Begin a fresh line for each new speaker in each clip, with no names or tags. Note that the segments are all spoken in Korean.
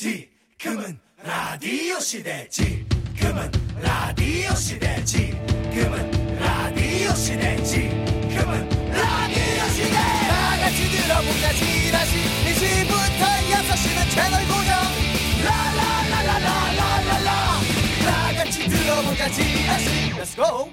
지금은 라디오 시대 지금은 라디오 시대 지금은 라디오 시대 지금은 라디오 시대 다 같이 들어보자 지라시 1시부터 6시는 채널 고정 라라라라라라라라 다 같이 들어보자 지라시 Let's go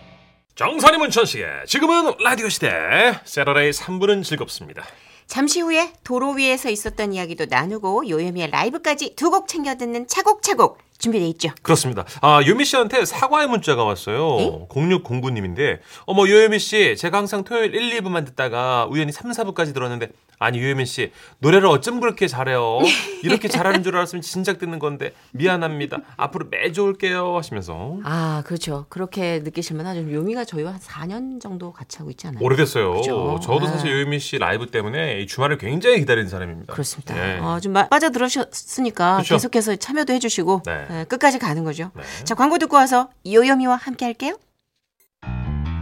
정선이 문천식의 지금은 라디오 시대 세러레이 3부는 즐겁습니다.
잠시 후에 도로 위에서 있었던 이야기도 나누고 요요미의 라이브까지 두 곡 챙겨 듣는 차곡차곡 준비돼 있죠.
그렇습니다. 아, 유미 씨한테 사과의 문자가 왔어요.
네?
0609님인데, 어머, 요요미 씨, 제가 항상 토요일 1, 2부만 듣다가 우연히 3, 4부까지 들었는데, 아니, 요요미 씨, 노래를 어쩜 그렇게 잘해요?
네.
이렇게 잘하는 줄 알았으면 진작 듣는 건데, 미안합니다. 앞으로 매주 올게요. 하시면서.
아 그렇죠. 그렇게 느끼실만 하죠. 요미가 저희와 한 4년 정도 같이 하고 있지 않아요?
오래됐어요.
그죠.
저도
네.
사실 요요미 씨 라이브 때문에 이 주말을 굉장히 기다린 사람입니다.
그렇습니다.
예.
아, 좀 마- 빠져들으셨으니까
그쵸.
계속해서 참여도 해주시고
네.
예, 끝까지 가는 거죠.
네.
자 광고 듣고 와서 요요미와 함께 할게요.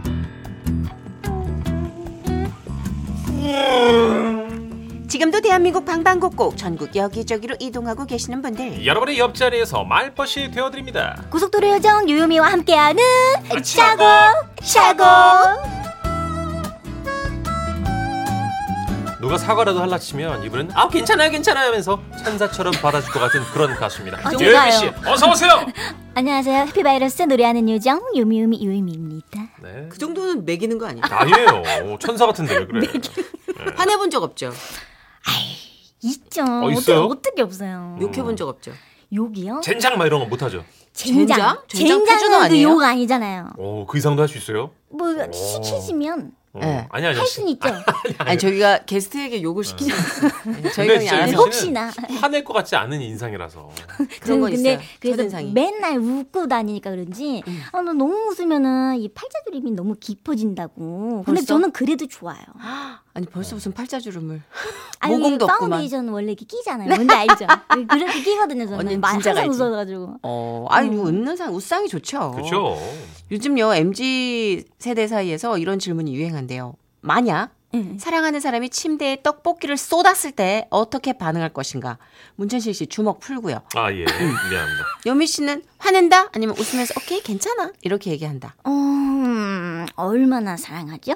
음.
지금도 대한민국 방방곡곡 전국 여기저기로 이동하고 계시는 분들
여러분의 옆자리에서 말벗이 되어드립니다.
고속도로 요정 요요미와 함께하는
차고,
차고
누가 사과라도 할라 치면 이분은 아 괜찮아요 괜찮아요 하면서 천사처럼 받아줄 것 같은 그런 가수입니다.
아, 정말요?
유미 씨 어서 오세요.
안녕하세요 해피바이러스 노래하는 요정 요미요미 요요미입니다
네.
그 정도는 매기는 거 아니에요?
아니에요. 천사 같은데 왜 그래? 네.
화내본 적 없죠?
있죠
어, 있어요?
어떻게, 어떻게 없어요
음.
욕해본 적 없죠?
욕이요?
젠장 막 이런 거 못하죠.
젠장?
젠장
젠장 표준어
젠장은
아니에요?
그욕 아니잖아요
오, 그 이상도 할 수 있어요?
뭐 시키시면
어,
네.
아니 아니.
할 순 있죠
아니 저희가 게스트에게 욕을 시키지 않아요. 저희가
네. 근데 진짜
그냥
알아서.
유미
알아서
씨는
혹시나.
화낼 것 같지 않은 인상이라서.
그런 건
저는 근데
있어요.
그래서
첫인상이. 음.
맨날 웃고 다니니까 그런지 아, 너 너무 웃으면은 이 팔자주름이 너무 깊어진다고 근데
벌써?
저는 그래도 좋아요
아니 벌써 무슨 팔자주름을
아니,
모공도 없구만.
파운데이션 원래 이렇게 끼잖아요. 뭔지 알죠? 그렇게 끼거든요. 저는
언니는
말
진짜
항상
알지.
웃어가지고.
어, 아니
음.
뭐 웃는 상 웃상이 좋죠.
그렇죠.
요즘요 MZ 세대 사이에서 이런 질문이 유행한데요. 만약
응.
사랑하는 사람이 침대에 떡볶이를 쏟았을 때 어떻게 반응할 것인가? 문천식 씨 주먹 풀고요.
아 예. 미안합니다.
여미 씨는 화낸다 아니면 웃으면서 오케이 괜찮아 이렇게 얘기한다.
어, 음, 얼마나 사랑하죠?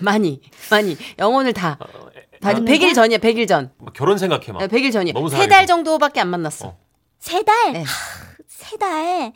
많이 많이 영혼을 다
어, 에,
다 100일 전이야 100일 전.
막 결혼 생각해 막.
네, 100일 전이야.
너무
세
사랑해.
달 정도밖에 안 만났어.
어.
세 달?
네.
하, 세 달.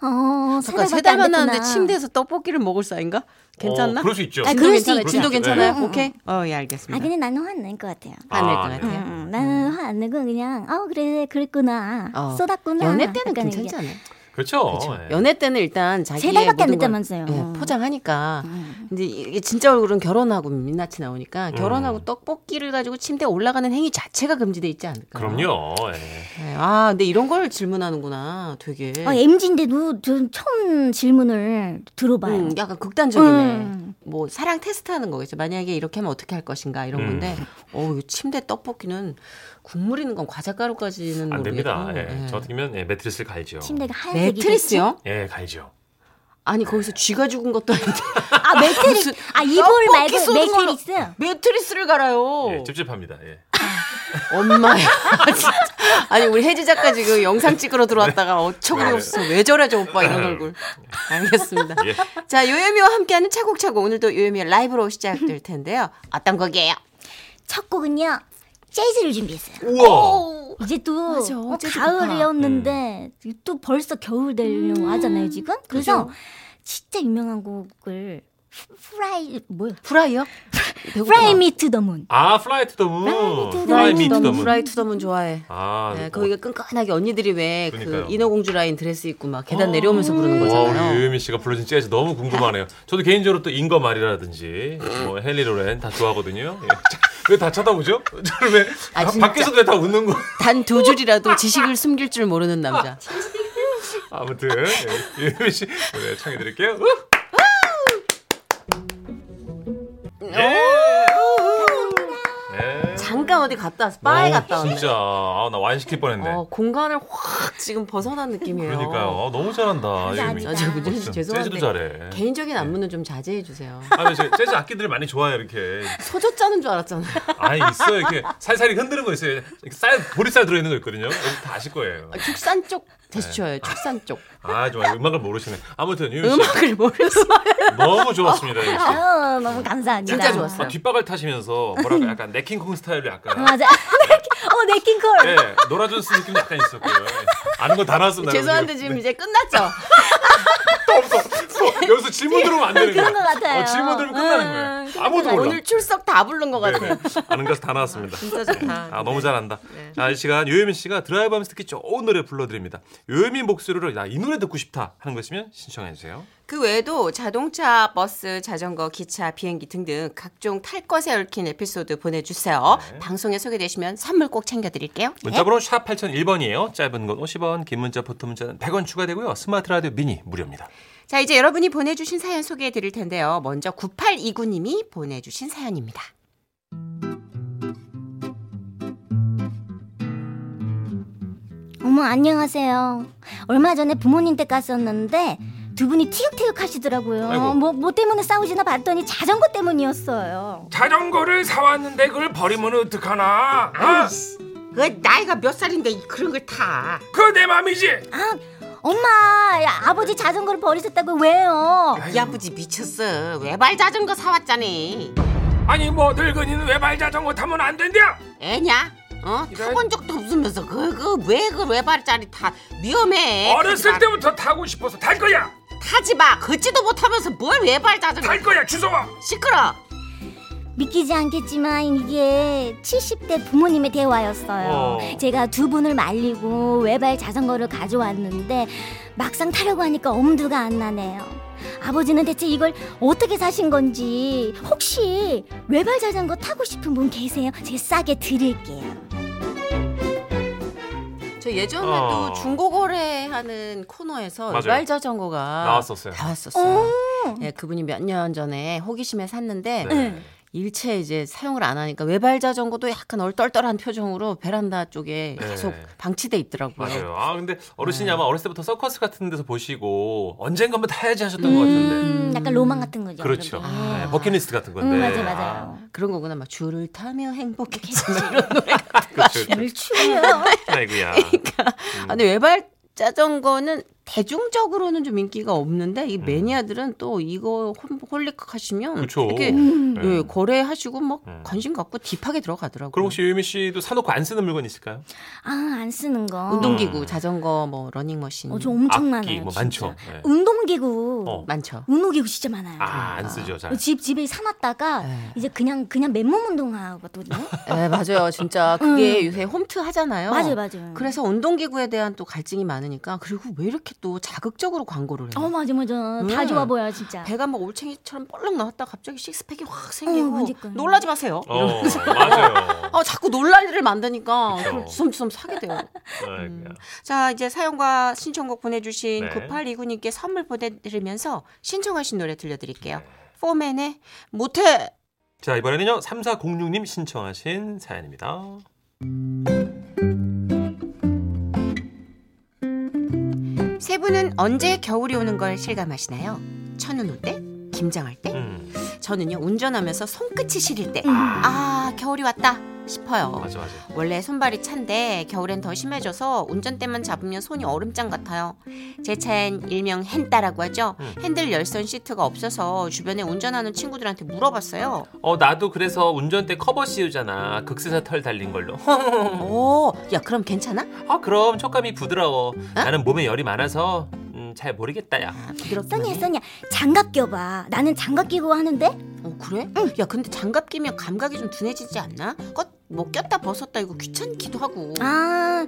어, 세
잠깐
달밖에
세 달
안 됐구나.
만났는데 침대에서 떡볶이를 먹을 사이인가? 괜찮나?
어, 그럴 수 있죠.
아,
진도
그럴 수
괜찮아요?
있죠.
진도
그럴 수 있죠.
괜찮아요?
네.
오케이. 어, 예,
아,
알겠습니다.
근데 나는 화안 낼 것 같아요.
안될 것
아, 네.
응,
같아요. 음.
응, 나는 화 안 내고 그냥, 어, 그래, 그랬구나.
어.
쏟았구나.
연애 때는
약간
괜찮지
이게.
않아요?
그렇죠.
그렇죠.
예.
연애 때는 일단 자기의
세 달밖에 안
모든 걸,
됐다면서요.
예, 포장하니까. 근데 이게 진짜 얼굴은 결혼하고 민낯이 나오니까
음.
결혼하고 떡볶이를 가지고 침대에 올라가는 행위 자체가 금지돼 있지 않을까?
그럼요. 예.
예, 아, 근데 이런 걸 질문하는구나. 되게.
어, MG인데도 전 처음 질문을 들어봐요.
음, 약간 극단적이네.
음.
뭐 사랑 테스트하는 거겠죠. 만약에 이렇게 하면 어떻게 할 것인가 이런
음.
건데, 어 이거 침대 떡볶이는 국물 있는 건 과자가루까지는
안 됩니다.
모르겠고.
예.
예.
저 같으면 예, 매트리스를 갈죠.
침대가 아, 하얀색이.
매트리스요?
예, 갈죠.
아니 거기서 쥐가 죽은 것도 아닌데
아, 매트리스.
무슨
아, 이불
떡볶이
말고
쏟은 걸로-
매트리스.
매트리스를 갈아요.
예, 찝찝합니다. 예.
엄마야. 진짜. 아니 우리 혜지 작가 지금 영상 찍으러
네.
들어왔다가 어처구니 없어. 왜 저래 저 오빠 이런 얼굴. 알겠습니다.
예.
자 요예미와 함께하는 차곡차곡 오늘도 요예미의 라이브로 시작될 텐데요. 어떤 곡이에요?
첫 곡은요. 재즈를 준비했어요.
우와.
이제 또
맞아. 네.
어,
재즈
가을이었는데 또 벌써 겨울
음,
되려고 하잖아요 지금 그래서 진짜 유명한 곡을 프- 프라이 뭐야
프라이요?
프라이 미트 더문
아, 플라이 투 더문.
Fly to the
플라이 미
Moon.
투 더문.
프라이 투더문 좋아해.
아,
네, 거기가 끈끈하게 언니들이 왜 그
그러니까요.
인어공주 라인 드레스 입고 막 계단 내려오면서 부르는
와, 우리
거잖아요.
유유미 씨가 불러준 재즈 너무 궁금하네요. 저도 개인적으로 또 인거 말이라든지 뭐 헨리 로렌 다 좋아하거든요. 예. 왜 다 쳐다보죠? 저를 왜
아,
바-
진짜?
밖에서도 왜 다 웃는 거?
단 두 줄이라도 지식을 숨길 줄 모르는 남자.
아무튼 예, 유유미 씨 노래 청해 드릴게요. 예. 네.
잠깐 잠깐 어디 갔다 왔어. 바에
어,
갔다 왔네.
진짜 아, 나 와인시킬 뻔했네.
어, 공간을 확 지금 벗어난 느낌이에요.
그러니까요. 아, 너무 잘한다. 예미.
감사합니다.
아, 저 문준 씨
멋있어.
죄송한데
재즈도 잘해.
개인적인 안무는 좀 자제해 주세요.
아니 저 재즈 악기들을 많이 좋아해 이렇게.
소조 짜는 줄 알았잖아요.
아니 있어요 이렇게 살살이 흔드는 거 있어요. 이렇게 쌀 보리쌀 들어있는 거 있거든요. 여기 다 아실 거예요.
축산 쪽 제스처예요. 축산 쪽.
아 정말 음악을 모르시네. 아무튼 유미 씨
네. 음악을 모르겠어.
너무 좋았습니다. 유미 씨.
아유 너무 감사합니다.
어. 진짜
아,
좋았어요.
뒷박을 타시면서 뭐랄까 약간 네킹콩 스타일로 약간
맞아. 어 네킹콜.
예 노라존스 느낌도 약간 있었고요. 예. 아는 건 다 나왔습니다. 네.
죄송한데 지금 이제 끝났죠.
어, 여기서 질문 들어오면 안 되는
그런 것
거예요.
같아요.
어, 질문 들으면 끝나는 거예요. 아무도 몰라.
음, 오늘 출석 다 부른 것
네,
같아. 요
네. 아는 것다 나왔습니다.
진짜 좋다.
아
네.
너무 잘한다. 자, 이 시간 요요민 씨가 드라이브 하면서 듣기 좋은 노래 불러드립니다. 요요민 목소리로 나 이 노래 듣고 싶다 하는 거 있으면 신청해 주세요.
네.
그 외에도 자동차, 버스, 자전거, 기차, 비행기 등등 각종 탈 것에 얽힌 에피소드 보내주세요.
네.
방송에 소개되시면 선물 꼭 챙겨드릴게요.
문자번호 샵 8001번이에요. 짧은 건 50원, 긴 문자, 보통 문자는 100원 추가되고요. 스마트 라디오 미니 무료입니다.
자, 이제 여러분이 보내주신 사연 소개해드릴 텐데요. 먼저 9829님이 보내주신 사연입니다.
어머 안녕하세요. 얼마 전에 부모님 댁 갔었는데 두 분이 티격태격
아이고.
하시더라고요. 뭐, 뭐 때문에 싸우시나 봤더니 자전거 때문이었어요.
자전거를 사왔는데 그걸 버리면 어떡하나? 어?
그 나이가 몇 살인데 그런 걸 타.
그거 내 맘이지?
엄마, 야, 아버지 자전거를 버리셨다고 왜요?
이 아버지 미쳤어. 외발 자전거 사왔자니.
아니 뭐 늙은이는 외발 자전거 타면 안 된대요?
애냐? 어? 타본 적도 없으면서 그그왜그 외발짜리 타 위험해.
어렸을
타지 네, 마.
때부터 타고 싶어서 탈 거야!
타지 마. 걷지도 못하면서 뭘 외발 자전거?
탈 거야 주소와!
시끄러.
믿기지 않겠지만 이게 70대 부모님의 대화였어요.
어.
제가 두 분을 말리고 외발 자전거를 가져왔는데 막상 타려고 하니까 엄두가 안 나네요. 아버지는 대체 이걸 어떻게 사신 건지 혹시 외발 자전거 타고 싶은 분 계세요? 제가 싸게 드릴게요.
저 예전에
어.
또 중고 거래하는 코너에서
맞아요.
외발 자전거가
나왔었어요.
나왔었어요. 예, 그분이 몇 년 전에 호기심에 샀는데
네.
일체 이제 사용을 안 하니까 외발 자전거도 약간 얼떨떨한 표정으로 베란다 쪽에
네.
계속 방치돼 있더라고요.
맞아요. 아 근데 어르신이
네.
아마 어렸을 때부터 서커스 같은 데서 보시고 언젠가 한번 타야지 하셨던 것 같은데.
음, 약간 로망 같은 거죠.
네. 그렇죠.
아무래도.
네, 버킷리스트 같은 건데.
음, 맞아요, 맞아요.
그런 거구나. 막 줄을 타며 행복해지.
아, 그렇죠. 그렇죠.
를 추요.
아이고야.
아,
음.
근데 외발 자전거는 대중적으로는 좀 인기가 없는데 이 매니아들은 또 이거 혼- 홀릭하시면
음. 그쵸.
되게
네.
음,
예, 거래하시고 막
음.
관심 갖고 딥하게 들어가더라고요.
그럼 혹시 유미 씨도 사놓고 안 쓰는 물건 있을까요?
아, 안 쓰는 거.
운동기구,
음.
자전거, 뭐 러닝머신
어, 저 엄청
악기
많아요.
뭐
진짜.
많죠. 네.
운동기구.
어.
많죠.
운동기구 진짜 많아요.
아안 쓰죠 잘.
집 집에 사놨다가
네.
이제 그냥 그냥 맨몸 운동하거든요.
예, 맞아요. 진짜 그게 요새 홈트 하잖아요.
맞아요, 맞아요.
그래서 운동기구에 대한 또 갈증이 많으니까 그리고 왜 이렇게 또 자극적으로 광고를 해요?
어 맞아 맞아 다
음.
좋아 보여 진짜.
배가 막 올챙이처럼 뻘렁 나왔다 갑자기 식스팩이 확 생기고
그러니까요.
놀라지 마세요.
어 맞아요.
아, 자꾸 놀랄 일을 만드니까
그쵸.
그걸 주섬주섬 사게 돼요.
아이고야.
자, 이제 사연과 신청곡
네.
보내주신 9829님께 선물 보내드리면서 신청하신 노래
네.
들려드릴게요. 포맨의 모태!
자 이번에는요 3406님 신청하신 사연입니다.
세 분은 언제 겨울이 오는 걸 실감하시나요? 천은 올 때? 김장할 때?
음
저는요, 운전하면서 손끝이 시릴 때. 아, 겨울이 왔다 싶어요.
맞아 맞아.
원래 손발이 찬데 겨울엔 더 심해져서 운전대만 잡으면 손이 얼음장 같아요. 제 차엔 일명 헨따라고 하죠.
음.
핸들 열선 시트가 없어서 주변에 운전하는 친구들한테 물어봤어요.
어 나도 그래서 운전대 커버 씌우잖아. 극세사 털 달린 걸로. 음.
오, 어, 야 그럼 괜찮아?
아 그럼 촉감이 부드러워.
어?
나는 몸에 열이 많아서 음, 잘 모르겠다 야.
부드럽게.
써니야 써니야 장갑 껴봐. 나는 장갑 끼고 하는데
어 그래? 야 근데 장갑 끼면 감각이 좀 둔해지지 않나? 껏뭐 꼈다 벗었다 이거 귀찮기도 하고.
아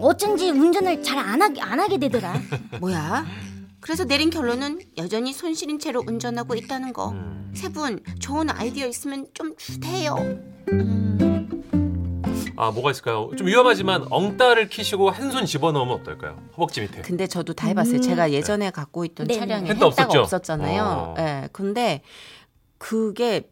어쩐지 운전을 잘 안 하게 안 하게 되더라.
뭐야? 그래서 내린 결론은 여전히 손 시린 채로 운전하고 있다는 거.
음.
세 분 좋은 아이디어 있으면 좀 주세요.
아 뭐가 있을까요? 좀 위험하지만 엉따를 키시고 한 손 집어넣으면 어떨까요? 허벅지 밑에.
근데 저도 다 해봤어요. 제가 예전에 갖고 있던
네.
차량에
헨따
헨따가
어. 없었죠?
없었잖아요.
어.
예. 근데 그게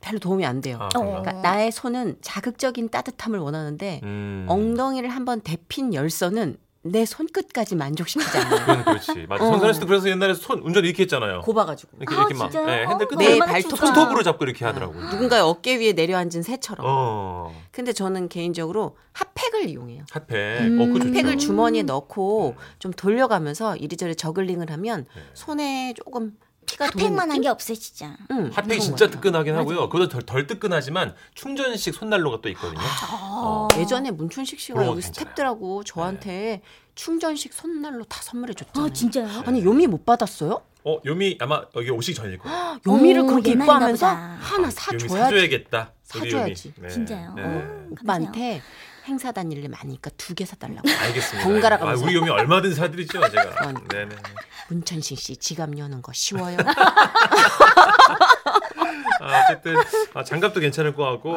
별로 도움이 안 돼요.
아,
어.
그런가?
그러니까 나의 손은 자극적인 따뜻함을 원하는데
음.
엉덩이를 한번 데핀 열선은 내 손끝까지 만족시키지 않아요.
그건 그렇지. 맞아. 선선아 씨도 그래서 옛날에 손 운전 이렇게 했잖아요.
어. 곱아가지고
이렇게
아,
이렇게 막
진짜요?
예, 핸들
어,
끝에
내
얼마나
발톱 아,
춥다.
스톱으로 잡고 이렇게 하더라고요.
누군가의 어깨 위에 내려앉은 새처럼.
어.
근데 저는 개인적으로 핫팩을 이용해요.
핫팩.
음.
어, 그 좋죠.
팩을 주머니에 넣고
네.
좀 돌려가면서 이리저리 저글링을 하면 손에 조금 피가 도는
그러니까 핫팩만 한
느낌?
게 없어요 진짜. 아,
응,
핫팩이
그런
진짜
거예요.
뜨끈하긴 하고요. 그보다 덜, 덜 뜨끈하지만 충전식 손난로가 또 있거든요.
아.
어.
예전에 문춘식 씨가
그런 거
여기
괜찮아요. 네.
스탭들하고 저한테 충전식 손난로 다 선물해 줬잖아요.
아 진짜요?
아니 요미 못 받았어요? 아,
어, 요미 아마 여기 오시기 전일 거예요. 아,
요미를
오,
그렇게
옛날인가
이뻐하면서
보다.
하나
요미
사줘야지.
사줘야겠다. 우리
사줘야지. 어.
요미. 네.
진짜요?
네.
오.
오빠한테 행사 다닐 일 많으니까 두 개 사달라고.
알겠습니다.
번갈아
아,
가면서.
우리 요미 얼마든 사드리죠, 제가.
그러니까.
네네.
문천식 씨 지갑 여는 거 쉬워요.
아, 어쨌든 아, 장갑도 괜찮을 것 같고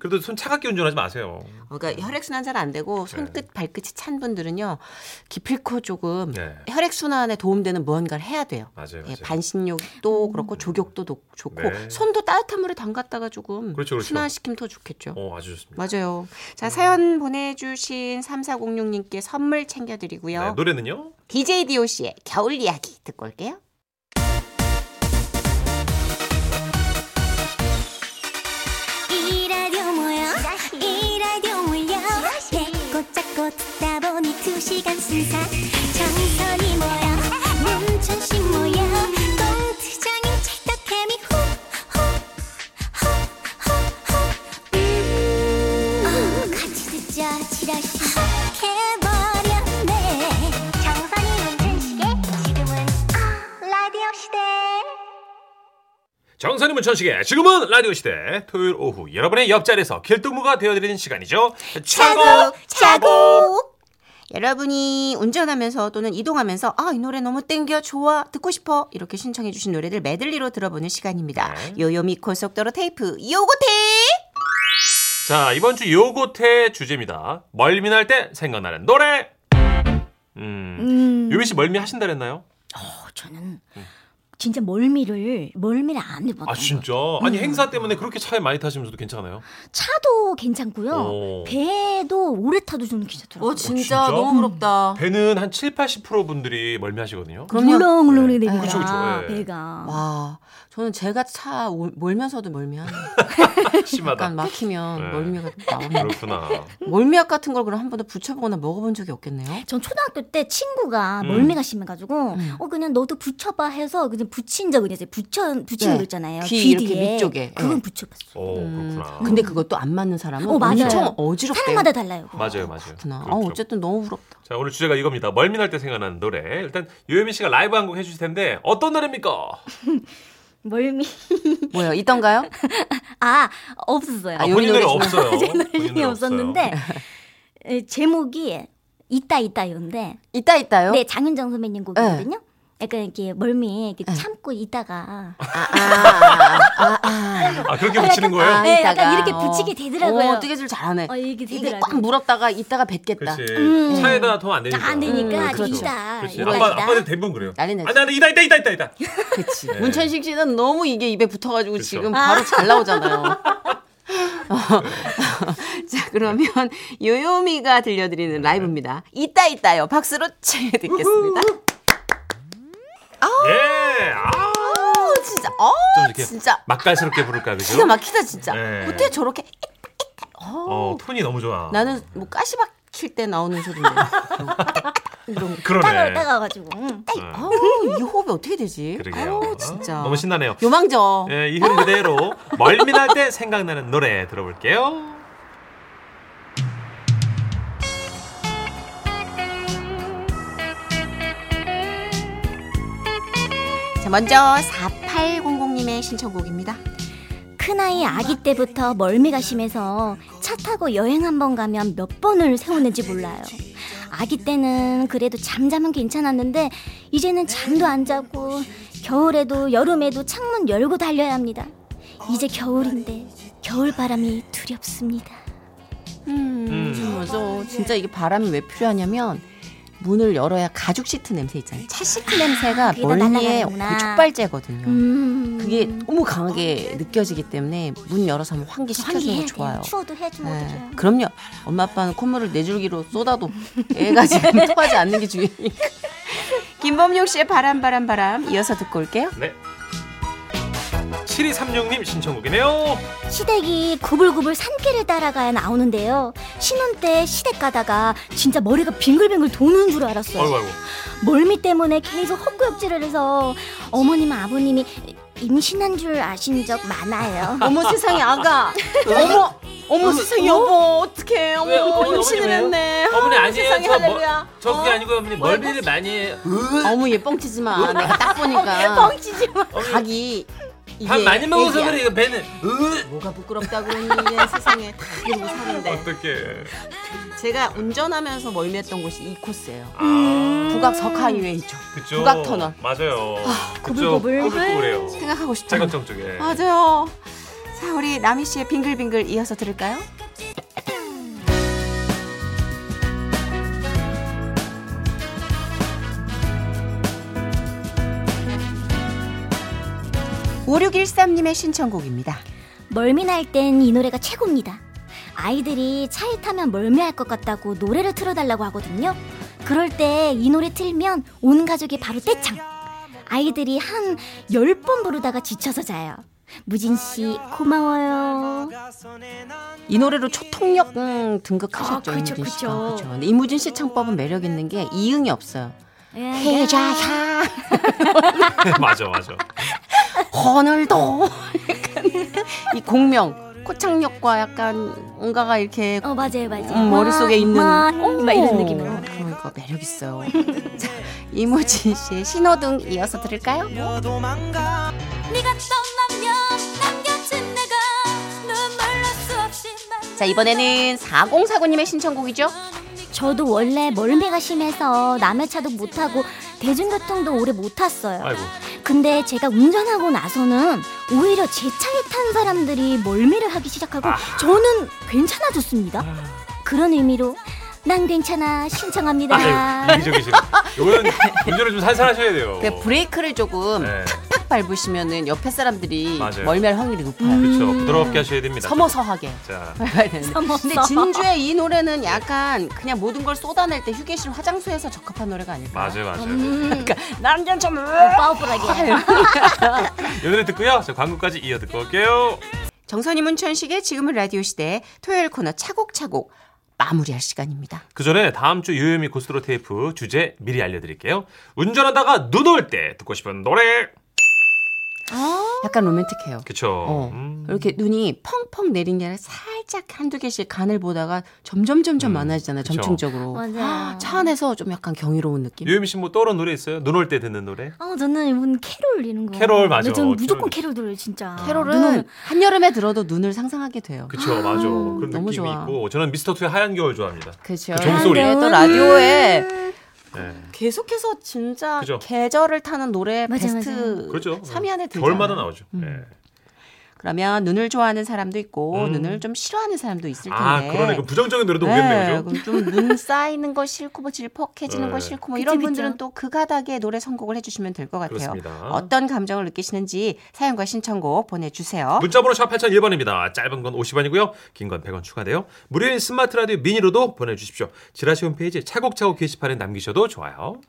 그래도 손 차갑게 운전하지 마세요.
그러니까 혈액순환 잘 안 되고 손끝 발끝이 찬 분들은요 기필코 조금
네.
혈액순환에 도움되는 무언가를 해야 돼요.
맞아요.
예,
맞아요.
반신욕도 그렇고 조격도 놓- 좋고
네.
손도 따뜻한 물에 담갔다가 조금
그렇죠, 그렇죠.
순환시키면 더 좋겠죠.
어, 음. 아주 좋습니다.
맞아요. 자 사연 보내주신 3406님께 선물
네,
챙겨드리고요.
노래는요?
DJ DOC의 겨울 이야기 듣고 올게요.
이 라디오 뭐야? 이 라디오 몰려 배꼽 잡고 듣다 보니 두 시간 순삭 정선이 뭐야 문천식 뭐야 공투장인 찰떡개미 호호호호호 어, 같이 듣자 지라시 해버렸네 정선이 문천식의 지금은 라디오 시대
정선이 문천식의 지금은 라디오 시대 토요일 오후 여러분의 옆자리에서 길동무가 되어드리는 시간이죠. 차고
차곡. 여러분이 운전하면서 또는 이동하면서 아 이 노래 너무 땡겨 좋아 듣고 싶어 이렇게 신청해 주신 노래들 메들리로 들어보는 시간입니다.
네.
요요미 고속도로 테이프 요고테
자 이번 주 요고태 주제입니다. 멀미날 때 생각나는 노래. 음,
음.
요미 씨 멀미 하신다 그랬나요?
어, 저는 진짜 멀미를 멀미를 안 해봤던
네. 아 진짜? 아니 행사 때문에 그렇게 차에 많이 타시면서도 괜찮아요?
거. 차도 괜찮고요.
오.
배도 오래 타도 저는
어,
괜찮더라고요.
어, 진짜? 너무
부럽다.
배는 한 7, 80% 분들이 멀미하시거든요.
그럼요.
울렁울렁거리는
그쵸,
거라
그쵸, 예.
배가.
와 저는 제가 차 올- 몰면서도 멀미하네요. 그러니까.
심하다.
약간 막히면
네.
멀미가 나오네요.
그렇구나.
멀미약 같은 걸 그럼 한 번도 붙여보거나 먹어본 적이 없겠네요.
전 초등학교 때 친구가
음.
멀미가 심해가지고
음.
어 그냥 너도 붙여봐 해서 그냥 붙인 적은 있어요. 붙여 붙이는
네.
거 있잖아요.
귀 이렇게
뒤에.
밑쪽에.
그건
네.
붙여봤어.
오
음,
그렇구나.
근데 그것도 안 맞는 사람은
어, 맞아요.
엄청 어지럽대요.
사람마다 달라요. 그거.
맞아요, 맞아요.
그렇구나. 아,
그렇죠.
어쨌든 너무 부럽다.
자 오늘 주제가 이겁니다. 멀미날 때 생각나는 노래. 일단 요요미 씨가 라이브 한 곡 해주실 텐데 어떤 노래입니까?
멀미.
뭐요? 있던가요?
아 없었어요.
아,
아,
요미
본인
노래
노래 없어요. 네. 본인
별이
노래
없었는데 에, 제목이 있다 있다였는데
있다 있다요. 네.
네, 장윤정 선배님 곡이거든요. 약간 이렇게 멀미 이렇게 참고 있다가
아,
없어요. 아 그렇게 붙이는 거예요?
아,
네,
이따가.
약간 이렇게
어.
붙이게 되더라고요.
어, 뜨개질 잘하네.
어, 이게
이게
되더라고요.
꽉 물었다가 이따가 뱉겠다.
그렇지.
음.
차에다 더안 되니까.
안 되니까
음, 그렇죠.
이다.
그렇지.
이다,
아빠
이다.
아빠는 대부분 그래요.
난리 나지.
아, 나는 이다 이다 이다 이다 이다.
그치.
네.
문천식 씨는 너무 이게 입에 붙어가지고
그쵸.
지금
아.
바로 잘 나오잖아요. 어. 자 그러면 요요미가 들려드리는
네.
라이브입니다. 있다 있다요. 박수로 채 듣겠습니다.
예. 아.
어, 진짜 어
좀 이렇게
진짜
맛깔스럽게 부를까 그죠?
기가 막히다 진짜.
네.
어떻게 저렇게
어 톤이 너무 좋아.
나는 뭐 까시박 칠 때 나오는 소리인데 이런
따가워
그러네.
따가워가지고. 응.
네.
아우 이 호흡이 어떻게 되지?
그러게요.
아우 진짜
너무 신나네요.
요망정
예, 이 흐름 그대로 멀미날 때 생각나는 노래 들어볼게요.
자 먼저 4800님의 신청곡입니다
큰아이 아기 때부터 멀미가 심해서 차 타고 여행 한 번 가면 몇 번을 세우는지 몰라요. 아기 때는 그래도 잠자면 괜찮았는데 이제는 잠도 안 자고 겨울에도 여름에도 창문 열고 달려야 합니다. 이제 겨울인데 겨울 바람이 두렵습니다.
음,
음, 맞아 진짜 이게 바람이 왜 필요하냐면 문을 열어야 가죽 시트 냄새 있잖아요. 차 시트 냄새가
그게 다
멀미의
날아가는구나.
그 촉발제거든요.
음.
그게 너무 강하게 느껴지기 때문에 문 열어서 한번 환기
환기해야
시켜주면 좋아요.
돼요. 추워도 해주고
네.
네.
그럼요. 엄마 아빠는 콧물을 네 줄기로 쏟아도 애가 지금 통하지 않는 게 중요하니까. 김범용 씨의 바람 바람 바람 이어서 듣고 올게요.
네. 7236님 신청곡이네요.
시댁이 구불구불 산길을 따라가야 나오는데요. 신혼 때 시댁 가다가 진짜 머리가 빙글빙글 도는 줄 알았어요.
아이고 아이고.
멀미 때문에 계속 헛구역질을 해서 어머님 아버님이 임신한 줄 아신 적 많아요.
어머 세상에 아가. 어머 어머 세상에 여보 어떡해.
왜,
어머
어머니,
임신을
어머니 왜요?
했네.
어머니
아,
아니에요.
세상에
저 뭐-
할렐루야.
저 그게
어?
아니고 어머니 멀미를 많이 해요.
어머 얘 뻥치지 마. 내가 딱 보니까.
뻥치지 마.
각이 이게
밥 많이 먹어서
애기야.
그래 이거 배는.
뭐가 부끄럽다고 했니 얘 세상에 다 이러고 사는데
네. 어떡해.
제가 운전하면서 멀미했던 곳이 이 코스예요 북악 석하이웨이 쪽
아, 그죠.
북악 음, 터널
맞아요.
구불구불.
구불구불해요.
생각하고 싶다
자격증
네.
쪽에.
맞아요 자 우리 라미 씨의 빙글빙글 이어서 들을까요? 오6 1 3님의 신청곡입니다.
멀미 날 땐 이 노래가 최고입니다. 아이들이 차에 타면 멀미할 것 같다고 노래를 틀어달라고 하거든요. 그럴 때 이 노래 틀면 온 가족이 바로 떼창. 아이들이 한 열 번 부르다가 지쳐서 자요. 무진 씨 고마워요.
이 노래로 초통역 음, 등극하셨죠
아, 그쵸,
이무진 씨가
그쵸.
그렇죠. 근데 이무진 씨 창법은 매력 있는 게 이응이 없어요.
예,
해자야
맞아 맞아.
오늘도 약간 이 공명 코창력과 약간 뭔가가 이렇게
어 맞아요 맞아요.
음, 머릿속에 있는
마,
어,
막 이런 느낌으로.
그러니까 매력 있어요. 자, 이무진 씨의 신호등 이어서 들을까요?
네가 떠나면 남겨진 내가 눈물로 수없이
자 이번에는 4049님의 신청곡이죠.
저도 원래 멀미가 심해서 남의 차도 못 타고 대중교통도 오래 못 탔어요.
아이고.
근데 제가 운전하고 나서는 오히려 제 차에 탄 사람들이 멀미를 하기 시작하고
아.
저는 괜찮아졌습니다. 그런 의미로 난 괜찮아 신청합니다.
아유, 이기적이시네. 이건 운전을 좀 살살하셔야 돼요.
그 브레이크를 조금
네.
탁 밟으시면은 옆에 사람들이
맞아요.
멀미할 확률이 높아요.
그렇죠. 부드럽게 하셔야 됩니다.
서머서하게.
자,
밟아야 되는데.
음. 서머서.
근데 진주의 이 노래는 약간 그냥 모든 걸 쏟아낼 때 휴게실 화장소에서 적합한 노래가 아닐까.
맞아요, 맞아요.
음.
그러니까
난 괜찮아.
빠오브라게
이 노래 듣고요. 저 광고까지 이어 듣고 올게요.
정선이 문천식의 지금은 라디오 시대 토요일 코너 차곡차곡 마무리할 시간입니다.
그 전에 다음 주 요요미 고스트로 테이프 주제 미리 알려드릴게요. 운전하다가 눈 올 때 듣고 싶은 노래.
약간 로맨틱해요.
그쵸.
어.
음.
이렇게 눈이 펑펑 내린 게 아니라 살짝 한두 개씩 간을 보다가 점점 점점 많아지잖아요.
음. 그쵸.
점층적으로.
맞아요.
차 안에서 좀 약간 경이로운 느낌.
요요미 씨 뭐 떠오른 노래 있어요? 눈 올 때 듣는 노래?
어, 저는 이분 캐롤 이런 거.
캐롤 맞아.
근데 저는 무조건
캐롤.
캐롤 들어요 진짜.
캐롤은 한여름에 들어도 눈을 상상하게 돼요.
그쵸, 맞아. 그런
너무
느낌이
좋아.
있고. 저는 미스터 투의 하얀 겨울 좋아합니다.
그렇죠.
그 종소리.
네,
음.
또 라디오에
네.
계속해서 진짜
그죠.
계절을 타는 노래
맞아,
베스트
그렇죠.
3위 안에 들죠.
겨울마다 나오죠.
음.
네.
그러면 눈을 좋아하는 사람도 있고
음.
눈을 좀 싫어하는 사람도 있을 텐데.
아, 그러네. 그 부정적인 노래도 오겠네요. 그죠?
좀눈 쌓이는 거 싫고 뭐 질퍽해지는
네.
거 싫고 뭐 이런
그치, 그치.
분들은 또 그 가닥에 노래 선곡을 해주시면 될 것 같아요.
그렇습니다.
어떤 감정을 느끼시는지 사연과 신청곡 보내주세요.
문자번호 샵 8001번입니다. 짧은 건 50원이고요. 긴 건 100원 추가돼요. 무료인 스마트 라디오 미니로도 보내주십시오. 지라시 홈페이지 차곡차곡 게시판에 남기셔도 좋아요.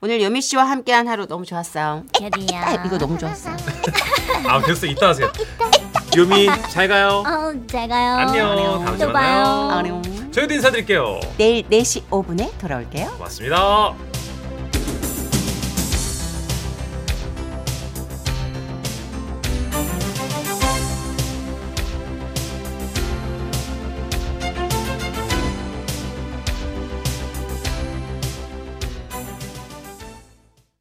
오늘 여미 씨와 함께한 하루 너무 좋았어요. 네,
캐리야.
이거 너무 좋았어.
아 됐어. 이따 하세요. 요미 잘 가요.
어, 잘
아,
가요.
안녕. 다음에 만나요.
또 봐요.
아리옹. 네
저희도 인사드릴게요.
내일 4시 5분에 돌아올게요.
고맙습니다.